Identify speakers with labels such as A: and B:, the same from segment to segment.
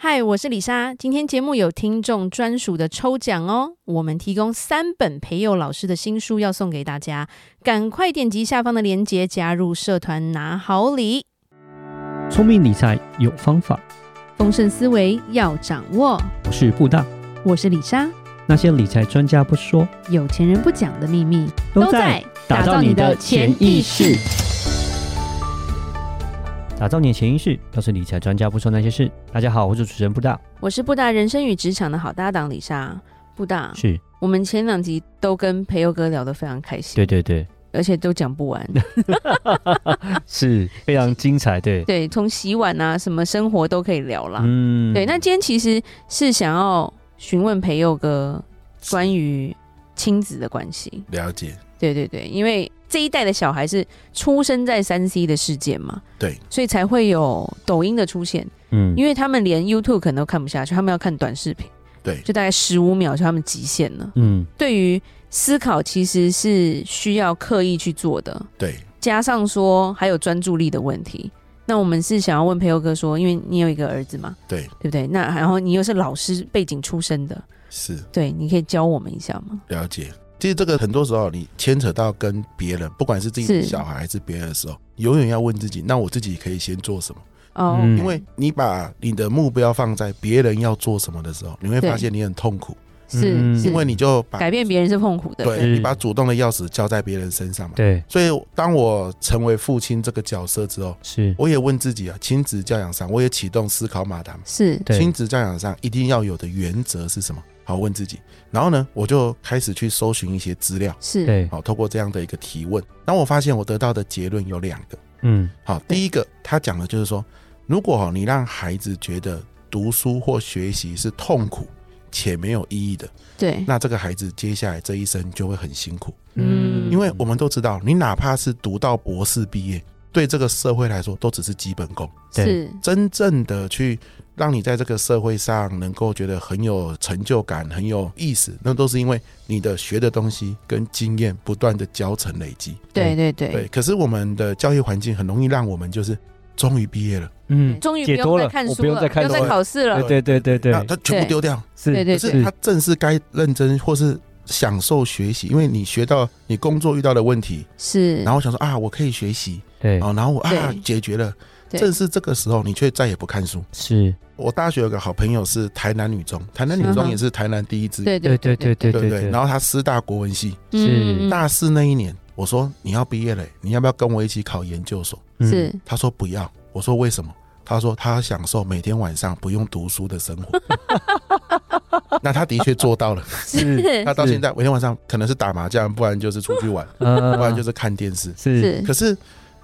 A: 嗨，我是李莎。今天节目有听众专属的抽奖哦，我们提供三本培佑老师的新书要送给大家，赶快点击下方的链接加入社团拿好礼。
B: 聪明理财有方法，
A: 丰盛思维要掌握。
B: 我是布大。
A: 我是李莎，
B: 那些理财专家不说，
A: 有钱人不讲的秘密
B: 打造你的潜意识。打造你的潜意识，要是理财专家不说那些事。大家好，我是主持人布大。
A: 我是布大人生与职场的好搭档李莎。布大，
B: 是，
A: 我们前两集都跟培佑哥聊得非常开心，
B: 对对对，
A: 而且都讲不完。
B: 是非常精彩，对，
A: 对，从洗碗啊，什么生活都可以聊啦。
B: 嗯
A: 对，那今天其实是想要询问培佑哥关于亲子的关系。
C: 了解，
A: 对对对，因为这一代的小孩是出生在三 C 的世界嘛，
C: 对，
A: 所以才会有抖音的出现，
B: 嗯
A: 因为他们连 YouTube 可能都看不下去，他们要看短视频，
C: 对
A: 就大概十五秒是他们极限了。
B: 嗯
A: 对于思考其实是需要刻意去做的，
C: 对，
A: 加上说还有专注力的问题。那我们是想要问培佑哥说，因为你有一个儿子嘛，
C: 对
A: 对不对？那然后你又是老师背景出身的，
C: 是
A: 对，你可以教我们一下吗？
C: 了解。其实这个很多时候你牵扯到跟别人，不管是自己的
A: 是
C: 小孩还是别人的时候，永远要问自己：那我自己可以先做什么？
A: 哦，
B: 嗯
C: 因为你把你的目标放在别人要做什么的时候，你会
A: 对
C: 发现你很痛苦，
A: 是、
B: 嗯
A: 是，
C: 因为你就把
A: 改变别人是痛苦的，
C: 对
B: 是
C: 你把主动的钥匙交在别人身上嘛。
B: 对，
C: 所以当我成为父亲这个角色之后，
B: 是，
C: 我也问自己啊，亲子教养上，我也启动思考马达嘛。
A: 是
B: 对，
C: 亲子教养上一定要有的原则是什么？好，问自己。然后呢，我就开始去搜寻一些资料，
A: 是，
B: 对，
C: 好，透过这样的一个提问，然后我发现我得到的结论有两个。
B: 嗯
C: 好，
A: 对
C: 第一个他讲的就是说，如果哦你让孩子觉得读书或学习是痛苦且没有意义的，
A: 对，
C: 那这个孩子接下来这一生就会很辛苦。
A: 嗯
C: 因为我们都知道，你哪怕是读到博士毕业，对这个社会来说都只是基本功。
B: 对
A: 是，
C: 真正的去让你在这个社会上能够觉得很有成就感、很有意思，那都是因为你的学的东西跟经验不断的交成累积。
A: 对对
C: 对，
A: 对，
C: 可是我们的教育环境很容易让我们就是终于毕业了，
B: 嗯，
A: 终于不
B: 解
A: 用
B: 脱
A: 再
B: 了，
A: 看
B: 我
A: 书
B: 不用
A: 了，
B: 再看
A: 不
B: 书
A: 用再
B: 了，
A: 考试了，
B: 对对对对
C: 那
B: 对，
C: 他全部丢掉。
B: 是，
A: 对对
C: 可是他正是该认真或是享受学习，因为你学到你工作遇到的问题，
A: 是，
C: 然后想说啊，我可以学习
B: 对，
C: 啊，然后我啊
A: 对
C: 解决了。
A: 对
C: 正是这个时候，你却再也不看书。
B: 是，
C: 我大学有个好朋友是台南女中，台南女
A: 嗯
C: 中
A: 哼
C: 也是台南第一志愿，
A: 对
B: 对对对对
C: 对
B: 对
C: 不对？然后他师大国文系，
A: 嗯
C: 大四那一年，我说你要毕业了，你要不要跟我一起考研究所？
B: 嗯
A: 是，
C: 他说不要。我说为什么？他说他享受每天晚上不用读书的生 活。那他的确做到了，
B: 是
C: 他到现在每天晚上可能是打麻将，不然就是出 去玩，
B: 呃，
C: 不然就是看电视。
B: 是
A: 是
C: 可是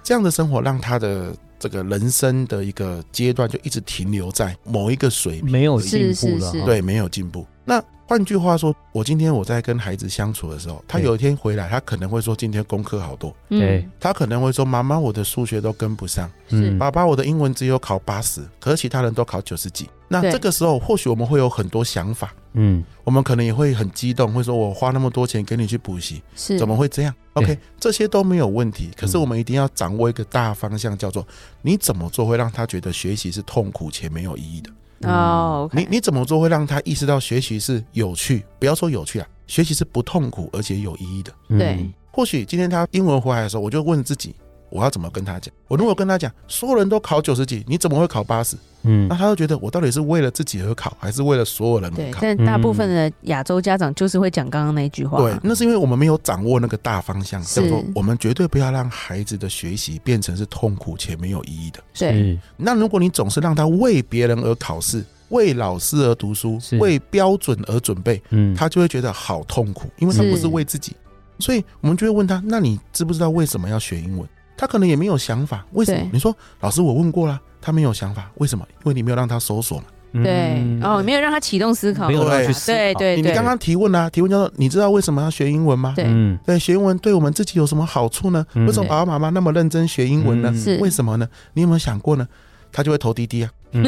C: 这样的生活让他的这个人生的一个阶段就一直停留在某一个水平。
B: 没有进步
A: 是
B: 了
A: 是
B: 哈，
C: 对，没有进步。那换句话说，我今天我在跟孩子相处的时候，他
B: 对
C: 有一天回来，他可能会说今天功课好多，
A: 嗯
B: 对，
C: 他可能会说妈妈我的数学都跟不上，
A: 是
B: 嗯
C: 爸爸我的英文只有考八十，可是其他人都考九十几。那
A: 对
C: 这个时候或许我们会有很多想法，
B: 嗯，
C: 我们可能也会很激动，会说我花那么多钱给你去补习，
A: 是，
C: 怎么会这样
B: 对
C: ？OK，这些都没有问题。可是
B: 嗯
C: 我们一定要掌握一个大方向，叫做你怎么做会让他觉得学习是痛苦且没有意义的。
A: 哦
C: 嗯你
A: ，OK，
C: 你怎么做会让他意识到学习是有趣？不要说有趣啊，学习是不痛苦而且有意义的。
B: 嗯
A: 对，
C: 或许今天他英文回来的时候，我就问自己，我要怎么跟他讲？我如果跟他讲，所有人都考九十几，你怎么会考八十？
B: 嗯
C: 那，他就觉得我到底是为了自己而考，还是为了所有人而
A: 对，
C: 考？
B: 嗯
A: 但大部分的亚洲家长就是会讲刚刚那一句话，
C: 对，那是因为我们没有掌握那个大方向，
A: 是
C: 叫做我们绝对不要让孩子的学习变成是痛苦且没有意义的。
B: 嗯
A: 对，
B: 是
C: 那如果你总是让他为别人而考试，为老师而读书
B: 是，
C: 为标准而准备，
B: 嗯，
C: 他就会觉得好痛苦，因为他
A: 是
C: 不是为自己，所以我们就会问他：那你知不知道为什么要学英文？他可能也没有想法，为什
A: 对
C: 么？你说老师，我问过啦，他没有想法，为什么？因为你没有让他搜索嘛。
B: 嗯
A: 对，哦，没有让他启动思考，
B: 没有
C: 让他
B: 去思考
A: 对对
C: 你你
A: 对，
C: 刚刚提问啊，提问叫做你知道为什么要学英文吗？
A: 对
B: 嗯，
C: 对，学英文对我们自己有什么好处呢？
B: 嗯
C: 为什么爸爸妈妈那么认真学英文呢
B: 嗯？
A: 是
C: 为什么呢？你有没有想过呢？他就会投滴滴啊。
B: 嗯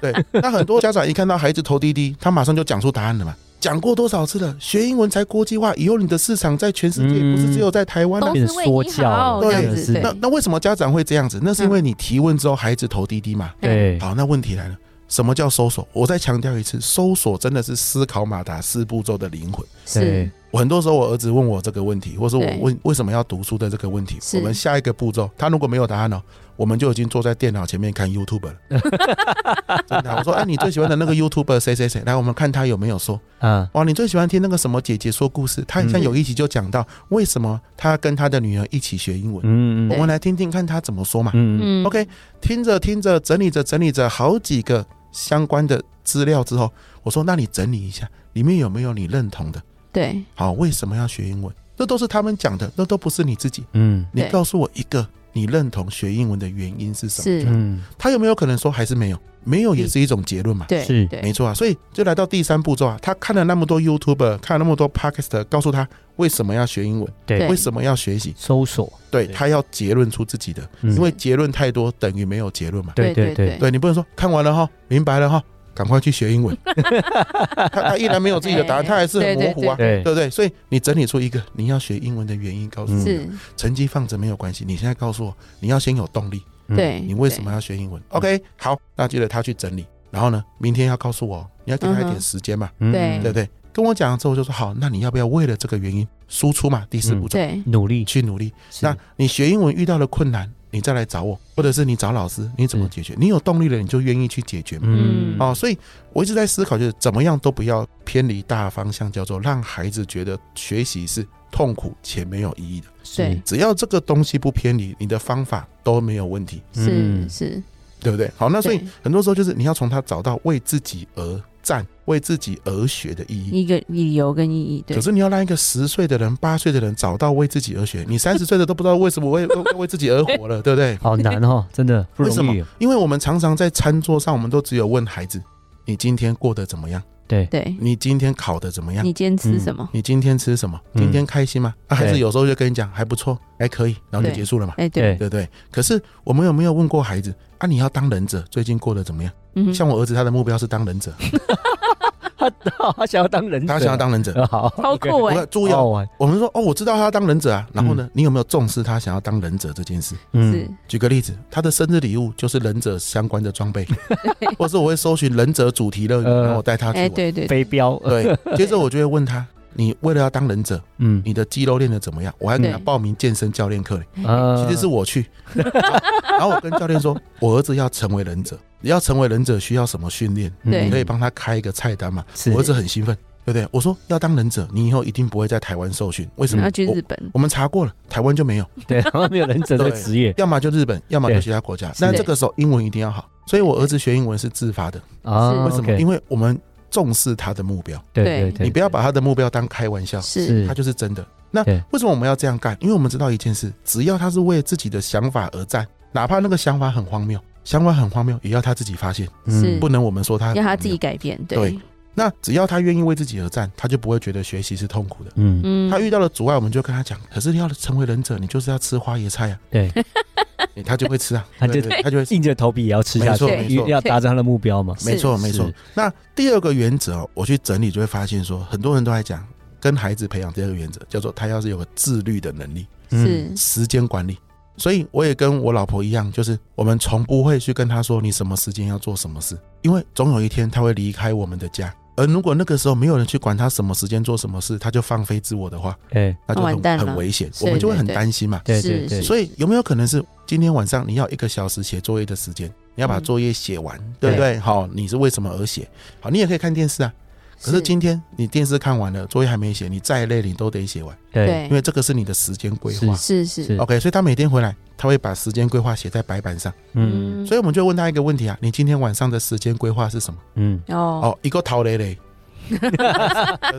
C: 对， 那很多家长一看到孩子投滴滴，他马上就讲出答案了嘛。讲过多少次了？学英文才国际化，以后你的市场在全世界，
B: 嗯
C: 不是只有在台湾啊。
A: 都
B: 变
A: 是
B: 成
A: 为
B: 说
A: 你
B: 教
A: 好，
B: 了，
A: 这
C: 对
A: 样
B: 是
A: 子，
C: 那
A: 对，
C: 那为什么家长会这样子？那是因为你提问之后，孩子投滴滴嘛。
B: 对，
C: 好，那问题来了，什么叫搜索？我再强调一次，搜索真的是思考马达四步骤的灵魂。
A: 是，
C: 我很多时候，我儿子问我这个问题，或是我
A: 对
C: 问为什么要读书的这个问题，
A: 是
C: 我们下一个步骤，他如果没有答案呢、哦我们就已经坐在电脑前面看 YouTube 了。真的啊，我说，哎、你最喜欢的那个 YouTube 谁谁谁，来，我们看他有没有说。
B: 啊，
C: 哇，你最喜欢听那个什么姐姐说故事？她好像
A: 嗯
C: 有一集就讲到为什么她跟她的女儿一起学英文。
B: 嗯
C: 我
B: 嗯
C: 们来听听看她怎么说嘛。
B: 嗯，
A: 嗯
C: OK，听着听着，整理着整理着好几个相关的资料之后，我说：“那你整理一下，里面有没有你认同的？
A: 对，
C: 好，为什么要学英文？那都是他们讲的，那都不是你自己。
B: 嗯
C: 你
A: 对
C: 告诉我一个你认同学英文的原因是什么？
A: 是，
B: 嗯，
C: 他有没有可能说还是没有？没有也是一种结论嘛。”
A: 对，
B: 是
A: 对，
C: 没错啊，所以就来到第三步骤啊，他看了那么多 YouTuber，看了那么多 Podcast，告诉他为什么要学英文，
A: 对
C: 为什么要学习，
B: 搜索，
C: 对
B: 对
C: 他要结论出自己的，
B: 嗯
C: 因为结论太多等于没有结论嘛。
B: 对
A: 对
B: 对
A: 对
B: 对，
C: 对你不能说看完了哈，明白了哈，赶快去学英 文。他他依然没有自己的答案，
A: 哎
C: 他还是很模糊啊，
B: 对
C: 对不对？所以你整理出一个你要学英文的原因，告诉
B: 嗯
C: 我
A: 是，
C: 成绩放着没有关系，你现在告诉我你要先有动力，
B: 嗯
A: 对，
C: 你为什么要学英文？OK，好，那记得他去整理，然后呢，明天要告诉我，你要给他一
A: 嗯
C: 点
A: 哼
C: 时间嘛，
B: 嗯
A: 对
C: 对不对？跟我讲了之后我就说好，那你要不要为了这个原因输出嘛？第四步
B: 嗯
C: 骤、
A: 对？
B: 努力，
C: 去努力。
B: 是
C: 那你学英文遇到了困难，你再来找我，或者是你找老师，你怎么解决？你有动力了，你就愿意去解决嘛。
B: 嗯
A: 嗯
C: 哦，所以我一直在思考，就是怎么样都不要偏离大方向，叫做让孩子觉得学习是痛苦且没有意义的。
A: 对
B: 是
C: 只要这个东西不偏离，你的方法都没有问题，
A: 是
B: 嗯
A: 是，
C: 对不对？好，那所以
A: 对
C: 很多时候就是你要从他找到为自己而战、为自己而学的意义。
A: 一个理由跟意义，对
C: 可，是你要让一个十岁的人、八岁的人找到为自己而学，你三十岁的都不知道为什么为 为为自己而活了，对不对？
B: 好难哦，真的不
C: 为什么
B: 容易，？
C: 因为我们常常在餐桌上，我们都只有问孩子：你今天过得怎么样？
B: 对，
A: 对，
C: 你今天考得怎么样
A: 你？今天吃
B: 嗯
A: 什么？
C: 你今天吃什么？
B: 嗯
C: 今天开心吗？啊，还是
B: 对
C: 有时候就跟你讲还不错，还可以，然后就
A: 对
C: 结束了嘛，
A: 哎，对，
C: 对不对？可是我们有没有问过孩子啊？你要当忍者，最近过得怎么样？
A: 嗯哼，
C: 像我儿子，他的目标是当忍者，
B: 他他 想要当人，
C: 他想要当忍者。
B: 人， 好，
A: 超
B: OK
A: 酷哎
C: 我，注意哦，
B: 好玩，
C: 我们说哦，我知道他要当忍者啊，然后
A: 嗯
C: 呢，你有没有重视他想要当忍者这件事？
B: 嗯
A: 是，
C: 举个例子，他的生日礼物就是忍者相关的 装备， 或是我会搜寻忍者主题乐园，
B: 呃
C: 然后我带他去
A: 哎，
C: 玩。
A: 对对对
B: 飞镖，
C: 对，接着我就会问他：你为了要当忍者，
B: 嗯，
C: 你的肌肉练得怎么样？我还给他
A: 对
C: 报名健身教练课嘞，
B: 呃
C: 其实是我去。 然后我跟教练说，我儿子要成为忍者，你要成为忍者需要什么训练？
A: 对
C: 你可以帮他开一个菜单嘛？
B: 嗯 是
C: 我儿子很兴奋，对不对？我说要当忍者，你以后一定不会在台湾受训，为什
A: 然
B: 嗯
C: 么
A: 后？去
C: 我
A: 日本，
C: 我们查过了，台湾就没有。
B: 对，然后没有忍者这个职业
C: 要么就日本，要么就
B: 对
C: 其他国家。
B: 是
C: 但这个时候英文一定要好，所以我儿子学英文是自发的。
B: 啊，
C: 为什么？
B: OK，
C: 因为我们重视他的目标，
B: 对
A: 对
B: 对
C: 你
B: 对，
C: 不要把他的目标当开玩笑，
A: 是
B: 是
C: 他就是真的。那
B: 对
C: 为什么我们要这样干？因为我们知道一件事，只要他是为自己的想法而战，哪怕那个想法很荒谬，想法很荒谬，也要他自己发现，
B: 嗯
A: 是
C: 不能我们说他很
A: 嗯要他
C: 荒谬
A: 自己。改变，
C: 对，那只要他愿意为自己而战，他就不会觉得学习是痛苦的。
B: 嗯，
A: 嗯，
C: 他遇到了阻碍，我们就跟他讲，可是你要成为忍者，你就是要吃花 椰菜啊，
B: 对，
C: 你他就会吃啊，
B: 他就
C: 对对对他就会吃。
B: 硬着头皮也要吃下
C: 没
B: 去
C: 错，
A: 对
C: 没
B: 因
C: 错
B: 为，要达成他的目标嘛，
A: 是
C: 没错，没错
B: 是。
C: 那第二个原则哦，我去整理就会发现说，很多人都在讲跟孩子培养第二个原则，叫做他要是有个自律的能力，
A: 是
C: 时间管理。所以我也跟我老婆一样，就是我们从不会去跟她说你什么时间要做什么事，因为总有一天她会离开我们的家。而如果那个时候没有人去管她什么时间做什么事，她就放飞自我的话，
B: 哎，
C: 那就
A: 哦完蛋
C: 很
A: 了
C: 很危险，
A: 是
C: 我们就会很
A: 对对
C: 担心嘛。
B: 对
A: 是
B: 对对，
A: 是
C: 所以有没有可能是今天晚上你要一个小时写作业的时间，你要把
A: 嗯
C: 作业写完，对不对？好，你是为什么而写？好，你也可以看电视啊。可是今天你电视看完了，作业还没写，你再累你都得写完，
A: 对
C: 因为这个是你的时间规划。
A: 是是
B: 是
C: OK，所以他每天回来，他会把时间规划写在白板上。
B: 嗯
C: 所以我们就问他一个问题啊：你今天晚上的时间规划是什么？
B: 嗯，
A: 哦
C: 哦，一个陶磊磊，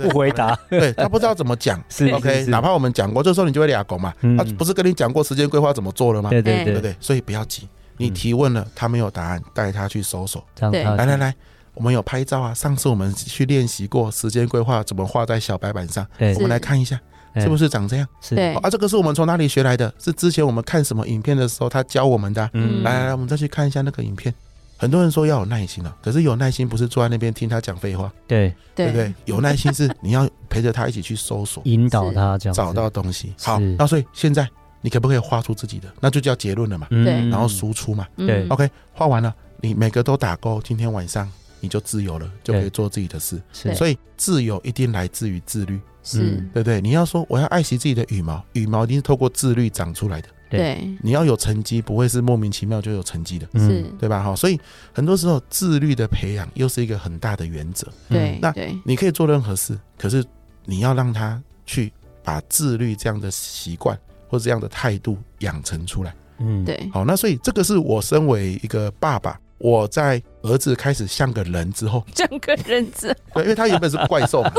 B: 不回答
C: 对他不知道怎么讲。
B: 是
C: OK，
B: 是是
C: 哪怕我们讲过，这时候你就会俩狗嘛。
B: 嗯
C: 他不是跟你讲过时间规划怎么做了吗？
B: 对
A: 哎
B: 对
C: 对
B: 对
C: 不对？所以不要急，你
B: 嗯
C: 提问了，他没有答案，带他去搜索。
B: 让
A: 对
B: 他
C: 来来，来，我们有拍照啊，上次我们去练习过时间规划怎么画在小白板上，
B: 对
C: 我们来看一下
B: 哎
C: 是不是长这样、
B: 是
A: 对
C: 哦啊？这个是我们从哪里学来的？是之前我们看什么影片的时候他教我们的啊、
A: 嗯
C: 来来来，我们再去看一下那个影片。很多人说要有耐心啊，可是有耐心不是坐在那边听他讲废话，
B: 对
C: 对不对？有耐心是你要陪着他一起去 搜索，
B: 引导他这样子
C: 找到东西。好
B: 是，
C: 那所以现在你可不可以画出自己的？那就叫结论了嘛，
B: 嗯
A: 对
C: 然后输出嘛。
A: 嗯
B: 对
C: OK，画完了，你每个都打勾，今天晚上你就自由了，就可以
B: 对
C: 做自己的事。
B: 是
A: 对
C: 所以自由一定来自于自律，
A: 是，
B: 嗯
C: 对不对？你要说我要爱惜自己的羽毛，羽毛一定是透过自律长出来的。
A: 对，
C: 你要有成绩，不会是莫名其妙就有成绩
B: 嗯
C: 的，
A: 是，
C: 对吧？哈，所以很多时候自律的培养又是一个很大的原则。
B: 嗯
A: 对，
C: 嗯那
A: 对，
C: 你可以做任何事，可是你要让他去把自律这样的习惯或这样的态度养成出来。
B: 嗯，
A: 对，
C: 好，那所以这个是我身为一个爸爸，我在儿子开始像个人之后，
A: 整个人 质，
C: 对，因为他原本是怪兽嘛，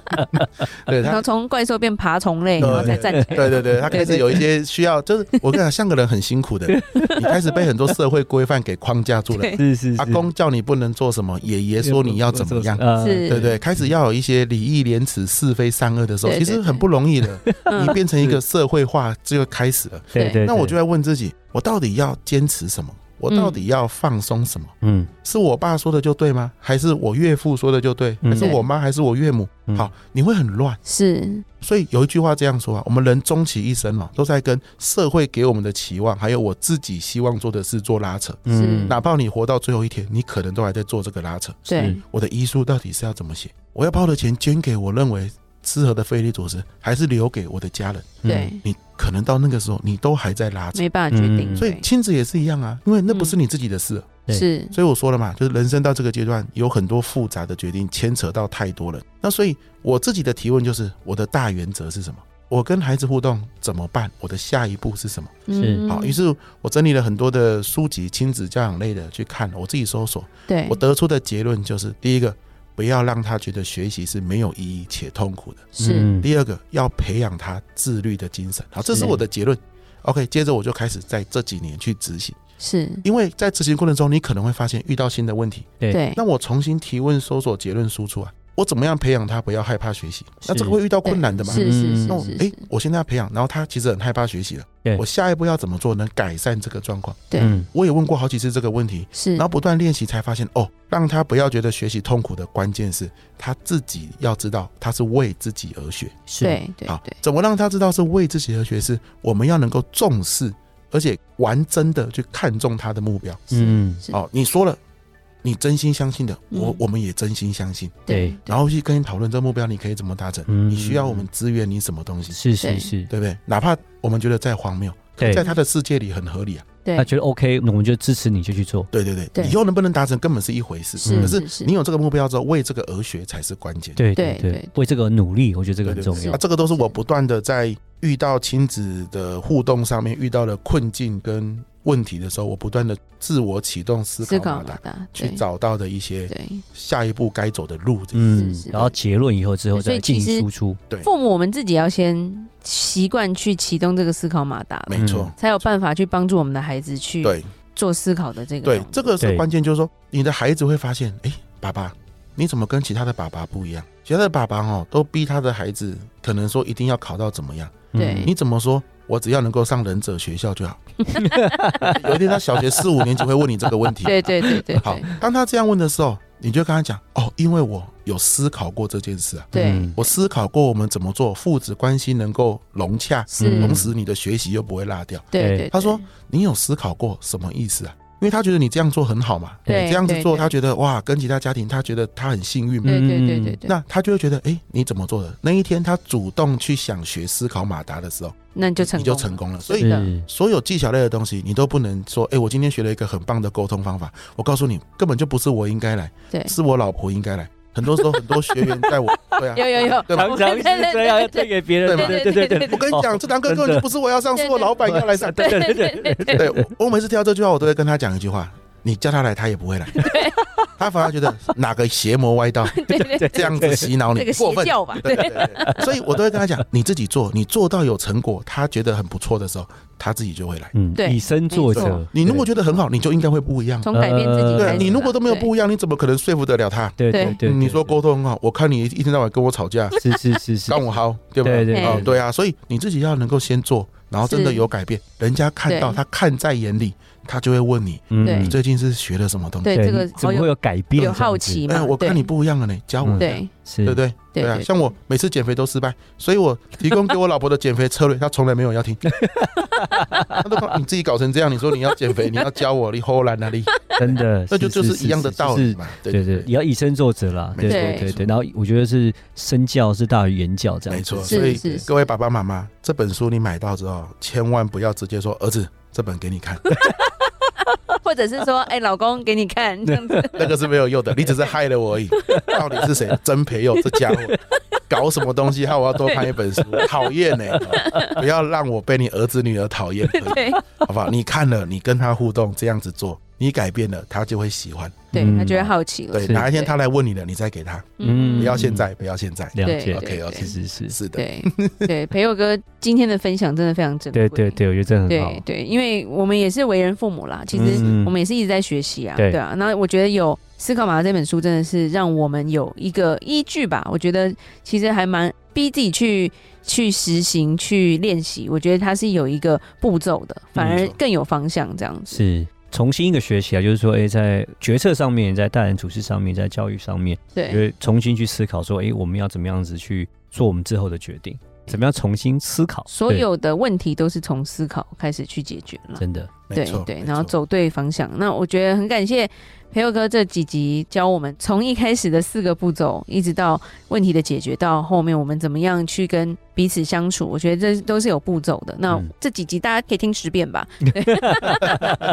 C: 对
A: 然后
C: 他，
A: 从怪兽变爬虫类，
C: 对
A: 然后哎才站起来。
C: 对对对，他开始有一些需要，就是我跟你讲，像个人很辛苦的，你开始被很多社会规范给框架住了。
A: 对
B: 是是是，
C: 阿公叫你不能做什么，爷爷说你要怎么样，
B: 呃
A: 是
C: 对不对？开始要有一些礼义廉耻、是非善恶的时候，
A: 对
C: 其
A: 对
C: 实
A: 对
C: 很不容易的。
A: 嗯
C: 你变成一个社会化，这就开始了。
B: 对对，
C: 那我
B: 得，
C: 就在问自己，我到底要坚持什么？我到底要放松什么？
B: 嗯
C: 是我爸说的就对吗？还是我岳父说的就对？
B: 嗯
C: 还是我妈？还是我岳母？
B: 嗯
C: 好，你会很乱。
A: 是，
C: 所以有一句话这样说啊，我们人终其一生哦，都在跟社会给我们的期望，还有我自己希望做的事做拉扯。
B: 嗯
A: 是
C: 哪怕你活到最后一天，你可能都还在做这个拉扯。
A: 对，
C: 我的遗书到底是要怎么写？我要把我的钱捐给我认为适合的非利组织，还是留给我的家人？
B: 嗯
A: 对，
C: 你可能到那个时候，你都还在拉扯。
A: 没嗯办法决定。
B: 嗯
C: 所以亲子也是一样啊，因为那不是你自己的事。啊
A: 对是，
C: 所以我说了嘛，就是人生到这个阶段，有很多复杂的决定牵扯到太多人。那所以我自己的提问就是，我的大原则是什么？我跟孩子互动怎么办？我的下一步是什么？
B: 是
A: 嗯
C: 好，于是我整理了很多的书籍，亲子教养类的去看，我自己搜索，
A: 对
C: 我，得出的结论就是：第一个，不要让他觉得学习是没有意义且痛苦的；
A: 是，
B: 嗯
C: 第二个，要培养他自律的精神。好，这是
B: 是
C: 我的结论。OK，接着我就开始在这几年去执行，
A: 是，
C: 因为在执行过程中，你可能会发现遇到新的问题，
A: 对，
C: 那我重新提问、搜索、结论、输出啊，我怎么样培养他不要害怕学习？那这个会遇到困难的嘛？
A: 是是
B: 嗯
C: 那
A: 是
C: 我
A: 是
C: 诶，
A: 是，
C: 我现在要培养，然后他其实很害怕学习了
B: 对，
C: 我下一步要怎么做能改善这个状况？
A: 对
B: 嗯
C: 我也问过好几次这个问题，
A: 是
C: 然后不断练习才发现，哦，让他不要觉得学习痛苦的关键是他自己要知道他是为自己而学。
B: 是，
A: 对对
C: 好
A: 对，
C: 怎么让他知道是为自己而学？是我们要能够重视，而且完真的去看重他的目标。
A: 是
B: 嗯
A: 是，
C: 哦，你说了，你真心相信的，我
A: 嗯
C: 我们也真心相信。
A: 对，
C: 然后去跟你讨论这个目标你可以怎么达成，
B: 嗯
C: 你需要我们支援你什么东西，
B: 是
A: 对
B: 是是，
C: 对不对？哪怕我们觉得再荒谬，
B: 对
C: 在他的世界里很合理啊。
A: 对
B: 他，觉得 OK，那我们就支持你就去做，
C: 对对对，
A: 对
C: 以后能不能达成根本是一回事，
A: 是
C: 可
A: 是
C: 是
A: 是
C: 你，有这个目标之后，为这个而学才是关键。
B: 对
A: 对对
B: 对，为这个努力，我觉得这个很重
A: 对
B: 要
C: 啊，，这个都是我不断的在遇到亲子的互动上面遇到的困境跟问题的时候，我不断的自我启动思
A: 思
C: 考
A: 考
C: 马
A: 马
C: 达，
A: 达，
C: 去
A: 对
C: 找到的一些
A: 对。
C: 下一步该走的路。这样
B: 嗯
A: 是是，
B: 然后结论以后之后
A: 所以
B: 再进
A: 其实
B: 行输出，
A: 父母我们自己要先习惯去启动这个思考马达，
C: 没错
B: 嗯，
A: 才有办法去帮助我们的孩子去
C: 对。
A: 做思考的这嗯个
C: 对
A: 动，作。
C: 这个是
B: 对
C: 关键，就是说你的孩子会发现，哎、爸爸，你怎么跟其他的爸爸不一样？其他的爸爸哦，都逼他的孩子，可能说一定要考到怎么样？
A: 对
B: 嗯
C: 你怎么说？我只要能够上忍者学校就好。 有一天他小学四五年级会问你这个问 题。
A: 对对对对
C: 好
A: 对，
C: 当他这样问的时候，你就跟他讲，哦，因为我有思考过这件事啊，
A: 对
B: 嗯
C: 我思考过我们怎么做父子关系能够融洽，
A: 是，
B: 嗯
C: 同时你的学习又不会落掉。
A: 对
B: 对
A: 对。
C: 他说你有思考过什么意思啊？因为他觉得你这样做很好嘛，
A: 对
C: 这样子做，
A: 对对
C: 他觉得哇，跟其他家庭，他觉得他很幸运嘛。
A: 对对对对
B: 嗯
A: 对，
C: 那他就会觉得，哎、你怎么做的？那一天他主动去想学思考马达的时候，
A: 那你就成
C: 你
A: 功，
C: 就成。功了。所
A: 是
C: 以
A: 的
B: 是
C: 所有技巧类的东西，你都不能说，哎、我今天学了一个很棒的沟通方法。我告诉你，根本就不是我应该来，
A: 对，
C: 是我老婆应该来。很多时候，很多学员在 我，对啊，
A: 有有有，
C: 对吧？
B: 常常是这样要推给别人，哦
C: 对吧
B: 对对对对，
C: 我跟你讲，这堂课根本就不是我要上，是我老板要来上。
B: 对对 对对对
C: 对我我每次听到这句话，我都会跟他讲一句话：你叫他来，他也不会来。他反而觉得哪个邪魔歪道
A: 对对对，
C: 这样子洗 脑
A: 这
C: 你
A: 个
C: 过
A: 邪
C: 分。
A: 教吧，
C: 对对对，对所以我都会跟他讲，你自己做，你做到有成果，他觉得很不错的时候，他自己就会来。
B: 嗯
A: 对
B: 以身作
A: 没
B: 则
A: 错，
C: 你如果觉得很好，你就应该会不一样。
A: 从改变自己
B: 呃
A: 开
C: 对啊
A: 始。
C: 你如果都没有
A: 对，
C: 不一样，你怎么可能说服得了他？
B: 对
A: 对
B: 对对，
C: 你说沟通很啊好，我看你一天到晚跟我吵架，
B: 是是是是
C: 干，我好，对吧？
B: 对对
A: 嗯
C: 哦，对啊，所以你自己要能够先做，然后真的
A: 是
C: 有改变，人家看到
A: 对
C: 他看在眼里，他就会问你
B: 嗯
A: 对
C: 你最近是学了什么东西。
A: 对这个
B: 你怎
A: 好
B: 么
A: 有
B: 会有改变？
A: 有好奇
C: 哎、
A: 嘛？
C: 我看
A: 对
C: 你不一样了呢，教我，
B: 嗯
A: 对
B: 这
C: 对不
B: 样子，
C: 对？
A: 对
C: 啊，
A: 对
C: 像我每次减肥都失败，所以我提供给我老婆的减肥策略，她从来没有 要听。她都说你自己搞成这样，你说你要减肥，你要教我，你后来哪里？
B: 是真的，
C: 那就就是一样的道
B: 是
C: 理嘛。
B: 对对，也要以身作则啦，对
C: 没
A: 错
B: 对
A: 没
B: 对
C: 错
B: 对。然后我觉得是身教是大于言教这样
C: 没
B: 子，
C: 错。
A: 是
C: 所以
A: 是是
C: 各位爸爸妈妈，这本书你买到之后，千万不要直接说儿子。这本给你看，
A: 或者是说，哎，老公给你看这样子，
C: 那个是没有用的，你只是害了我而已。到底是谁？真培佑这 家伙搞什么东西？害我要多看一本书，讨厌呢！不要让我被你儿子女儿讨厌，
A: 对
C: 好不好？你看了，你跟他互动，这样子做，你改变了，他就会喜欢。
A: 对，
B: 嗯
A: 他就会好奇了。
C: 对，
B: 是
C: 哪一天
A: 对
C: 他来问你了，你再给他，
B: 嗯
C: 不要现在，不要现在。
B: 了
A: 对
B: 解
A: 对
C: OK，
A: 对
C: OK，
B: 是是是，
C: 是的，
A: 对对，培佑哥今天的分享真的非常珍贵。
B: 对对对，我觉得这很好
A: 对，对，因为我们也是为人父母啦，其实
B: 嗯
A: 我们也是一直在学习啊，
B: 对
A: 对啊。那我觉得有《思考马》这本书真的是让我们有一个依据吧，我觉得其实还蛮逼自己去去实行、去练习，我觉得它是有一个步骤的，反而
C: 嗯
A: 更有方向这样子。
B: 是。重新一个学习啊，就是说，哎、在决策上面，在待人处事上面，在教育上面，就
A: 对
B: 是重新去思考说，哎、我们要怎么样子去做我们之后的决定，怎么样重新思考
A: 嗯所
B: 对
A: 有的问题都是从思考开始去解决了。
B: 真的，
C: 没
A: 对
C: 错，
A: 对，
C: 没
A: 然后
C: 错
A: 走对方向。那我觉得很感谢培佑哥这几集教我们从一开始的四个步骤，一直到问题的解决，到后面我们怎么样去跟彼此相处，我觉得这都是有步骤的。那
B: 嗯
A: 这几集大家可以听十遍 吧，对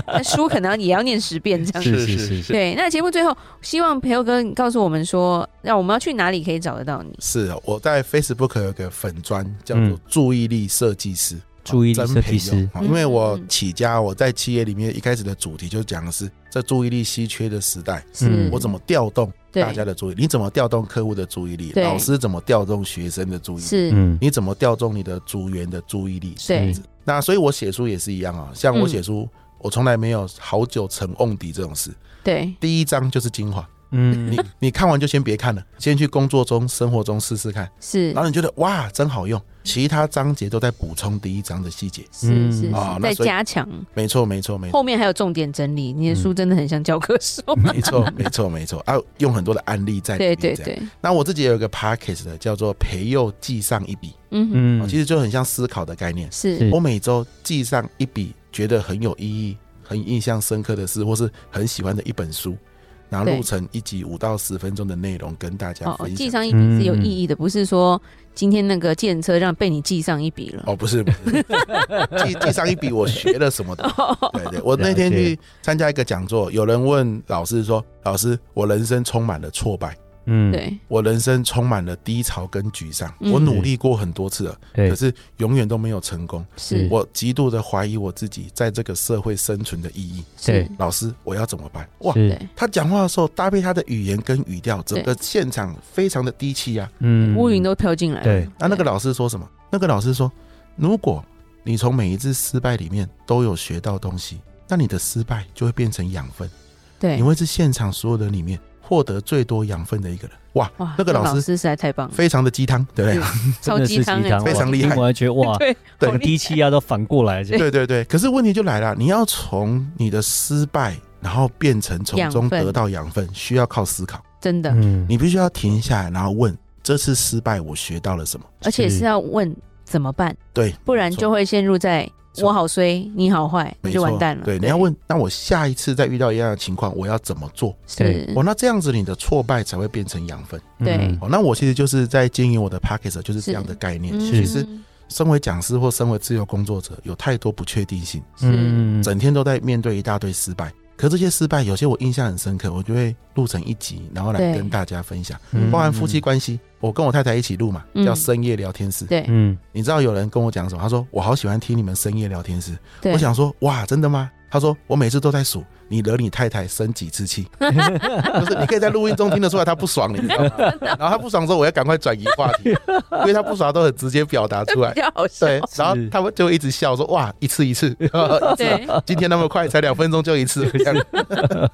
A: 那书可能也要念十遍这样。
B: 是
C: 是
B: 是
C: 是
B: 是是，
A: 对，那节目最后，希望培佑哥你告诉我们说，让我们要去哪里可以找得到你？
C: 是啊我在 Facebook 有个粉砖叫做
B: 嗯
C: “注意力设计师”，
B: 注意力
C: 真
B: 设
C: 培
B: 计师
C: 佑啊因为我
A: 嗯
C: 起家，我在企业里面一开始的主题就讲的是在注意力稀缺的时代，
A: 是
B: 嗯，
C: 我怎么调动
A: 对
C: 大家的注意力？你怎么调动客户的注意力？
A: 对
C: 老师怎么调动学生的注意力？
A: 是，
B: 嗯，
C: 你怎么调动你的组员的注意力？
A: 对
B: 是
C: 那所以我写书也是一样啊，像我
A: 嗯
C: 写书，我从来没有好久成瓮底这种事。
A: 对，
C: 第一章就是精华，
B: 嗯
C: 你你看完就先别看了，先去工作中、生活中试试看，
A: 是
C: 然后你觉得哇，真好用，其他章节都在补充第一章的细节。
A: 是是，是
B: 嗯
C: 啊那
A: 在
C: 所以
A: 加强。
C: 没错，没错，没错。
A: 后面还有重点整理，你的书真的很像教科书。
C: 没错，没错，没错啊！用很多的案例在里
A: 对
C: 面。
A: 对
C: 这样。
A: 对，
C: 那我自己也有一个 podcast 的，叫做“培佑记上一笔”，
A: 嗯哼，
B: 嗯
C: 哦其实就很像思考的概念。
A: 是
B: 是
C: 我每周记上一笔觉得很有意义、很印象深刻的事，或是很喜欢的一本书，然后
A: 对
C: 录成一集五到十分钟的内容跟大家
A: 哦，哦
C: 分
A: 记
C: 享。
A: 上一笔是有意义的，不是说今天那个建车让被你记上一笔了。
C: 哦，不是，不是记记上一笔，我学了什么的？哦 对对，我那
B: 了
C: 天
B: 解
C: 去参加一个讲座，有人问老师说：“老师，我人生充满了挫败。”
B: 嗯
A: 对
C: 我人生充满了低潮跟沮丧，
A: 嗯
C: 我努力过很多次了，
B: 对
C: 可是永远都没有成功。
A: 是
C: 我极度的怀疑我自己在这个社会生存的意义。
A: 是
C: 老师，我要怎么办？哇，
B: 是
A: 对，
C: 他讲话的时候搭配他的语言跟语调，整个现场非常的低气压。
B: 嗯
A: 乌云都飘进来了。
B: 对
C: 那那个老师说什么？那个老师说，如果你从每一次失败里面都有学到东西，那你的失败就会变成养分，
A: 对
C: 你，会是现场所有人里面获得最多养分的一个人。哇，
A: 哇
C: 那个老
A: 老
C: 师
A: 师实在太棒了，
C: 非常的鸡汤，对不对？
A: 超鸡汤
B: 真的是鸡
A: 哎，
B: 汤
C: 欸非常厉害
B: 我还觉得哇，
A: 对，
B: 整
A: 好
B: 个
A: 厉害
B: 低气压啊都反过来，这样
C: 对对对，可是问题就来了，你要从你的失败，然后变成从中
A: 养分
C: 得到养分，需要靠思考。
A: 真的，
B: 嗯
C: 你必须要停下来，然后问这次失败我学到了什么？
A: 而且是要问怎么办，
C: 对，
A: 不然就
C: 会
A: 会陷入在
C: 错
A: 我好衰，你好坏，那
C: 没
A: 就
C: 错
A: 完蛋了。
C: 对，你要问，那我下一次再遇到一样的情况，我要怎么做？
A: 是，
C: 哦，那这样子你的挫败才会变成养分。
A: 对
C: 哦，那我其实就是在经营我的 p a c k a g e 就是
A: 是
C: 这样的概念。
A: 嗯
C: 其实身为讲师或身为自由工作者，有太多不确定性。
A: 是
C: 整天都在面对一大堆失败。可这些失败，有些我印象很深刻，我就会录成一集，然后来
A: 对
C: 跟大家分享，
A: 嗯
C: 包含夫妻关系。我跟我太太一起录嘛，
A: 嗯
C: 叫深夜聊天室。
A: 对
B: 嗯
C: 你知道有人跟我讲什么？他说我好喜欢听你们深夜聊天室。
A: 对，
C: 我想说，哇，真的吗？他说我每次都在数你惹你太太生几次气， 就是你可以在录音中听得出来她不爽，你知道吗？然后她不爽的时候，我要赶快转移话题，因为她不爽都很直接表达 出来
A: 比。较好笑。
C: 对，然后他们就会一直笑说：“哇，一次一 次，
A: 对，
C: 今天那么快，才两分钟就一次，这样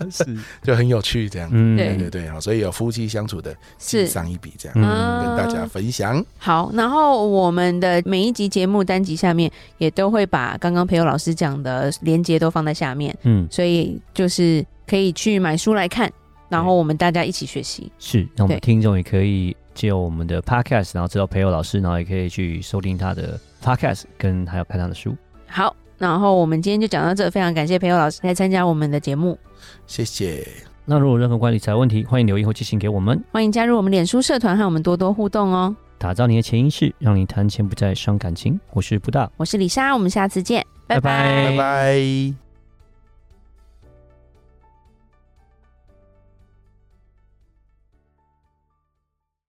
B: 是，
C: 就很有趣。”这样，
B: 嗯，
A: 对
C: 对对对，好，所以有夫妻相处的
A: 是
C: 上一笔这样。
A: 嗯
C: 跟大家分享，
A: 好，然后我们的每一集节目单集下面也都会把刚刚培友老师讲的连接都放在下面，
B: 嗯，
A: 所以就是可以去买书来看，然后我们大家一起学习。
B: 是，那我们
A: 对
B: 听众也可以借由我们的 podcast，然后知道培友老师，然后也可以去收听他的 podcast，跟还有看他的书。
A: 好，然后我们今天就讲到这，非常感谢培友老师来参加我们的节目，
C: 谢谢，
B: 那如果有任何关于理财问题，欢迎留言或寄信给我们。
A: 欢迎加入我们脸书社团和我们多多互动哦。
B: 打造你的潜意识，让你谈钱不再伤感情。我是布大，
A: 我是李莎，我们下次见，拜
B: 拜拜
A: 拜
C: 拜拜。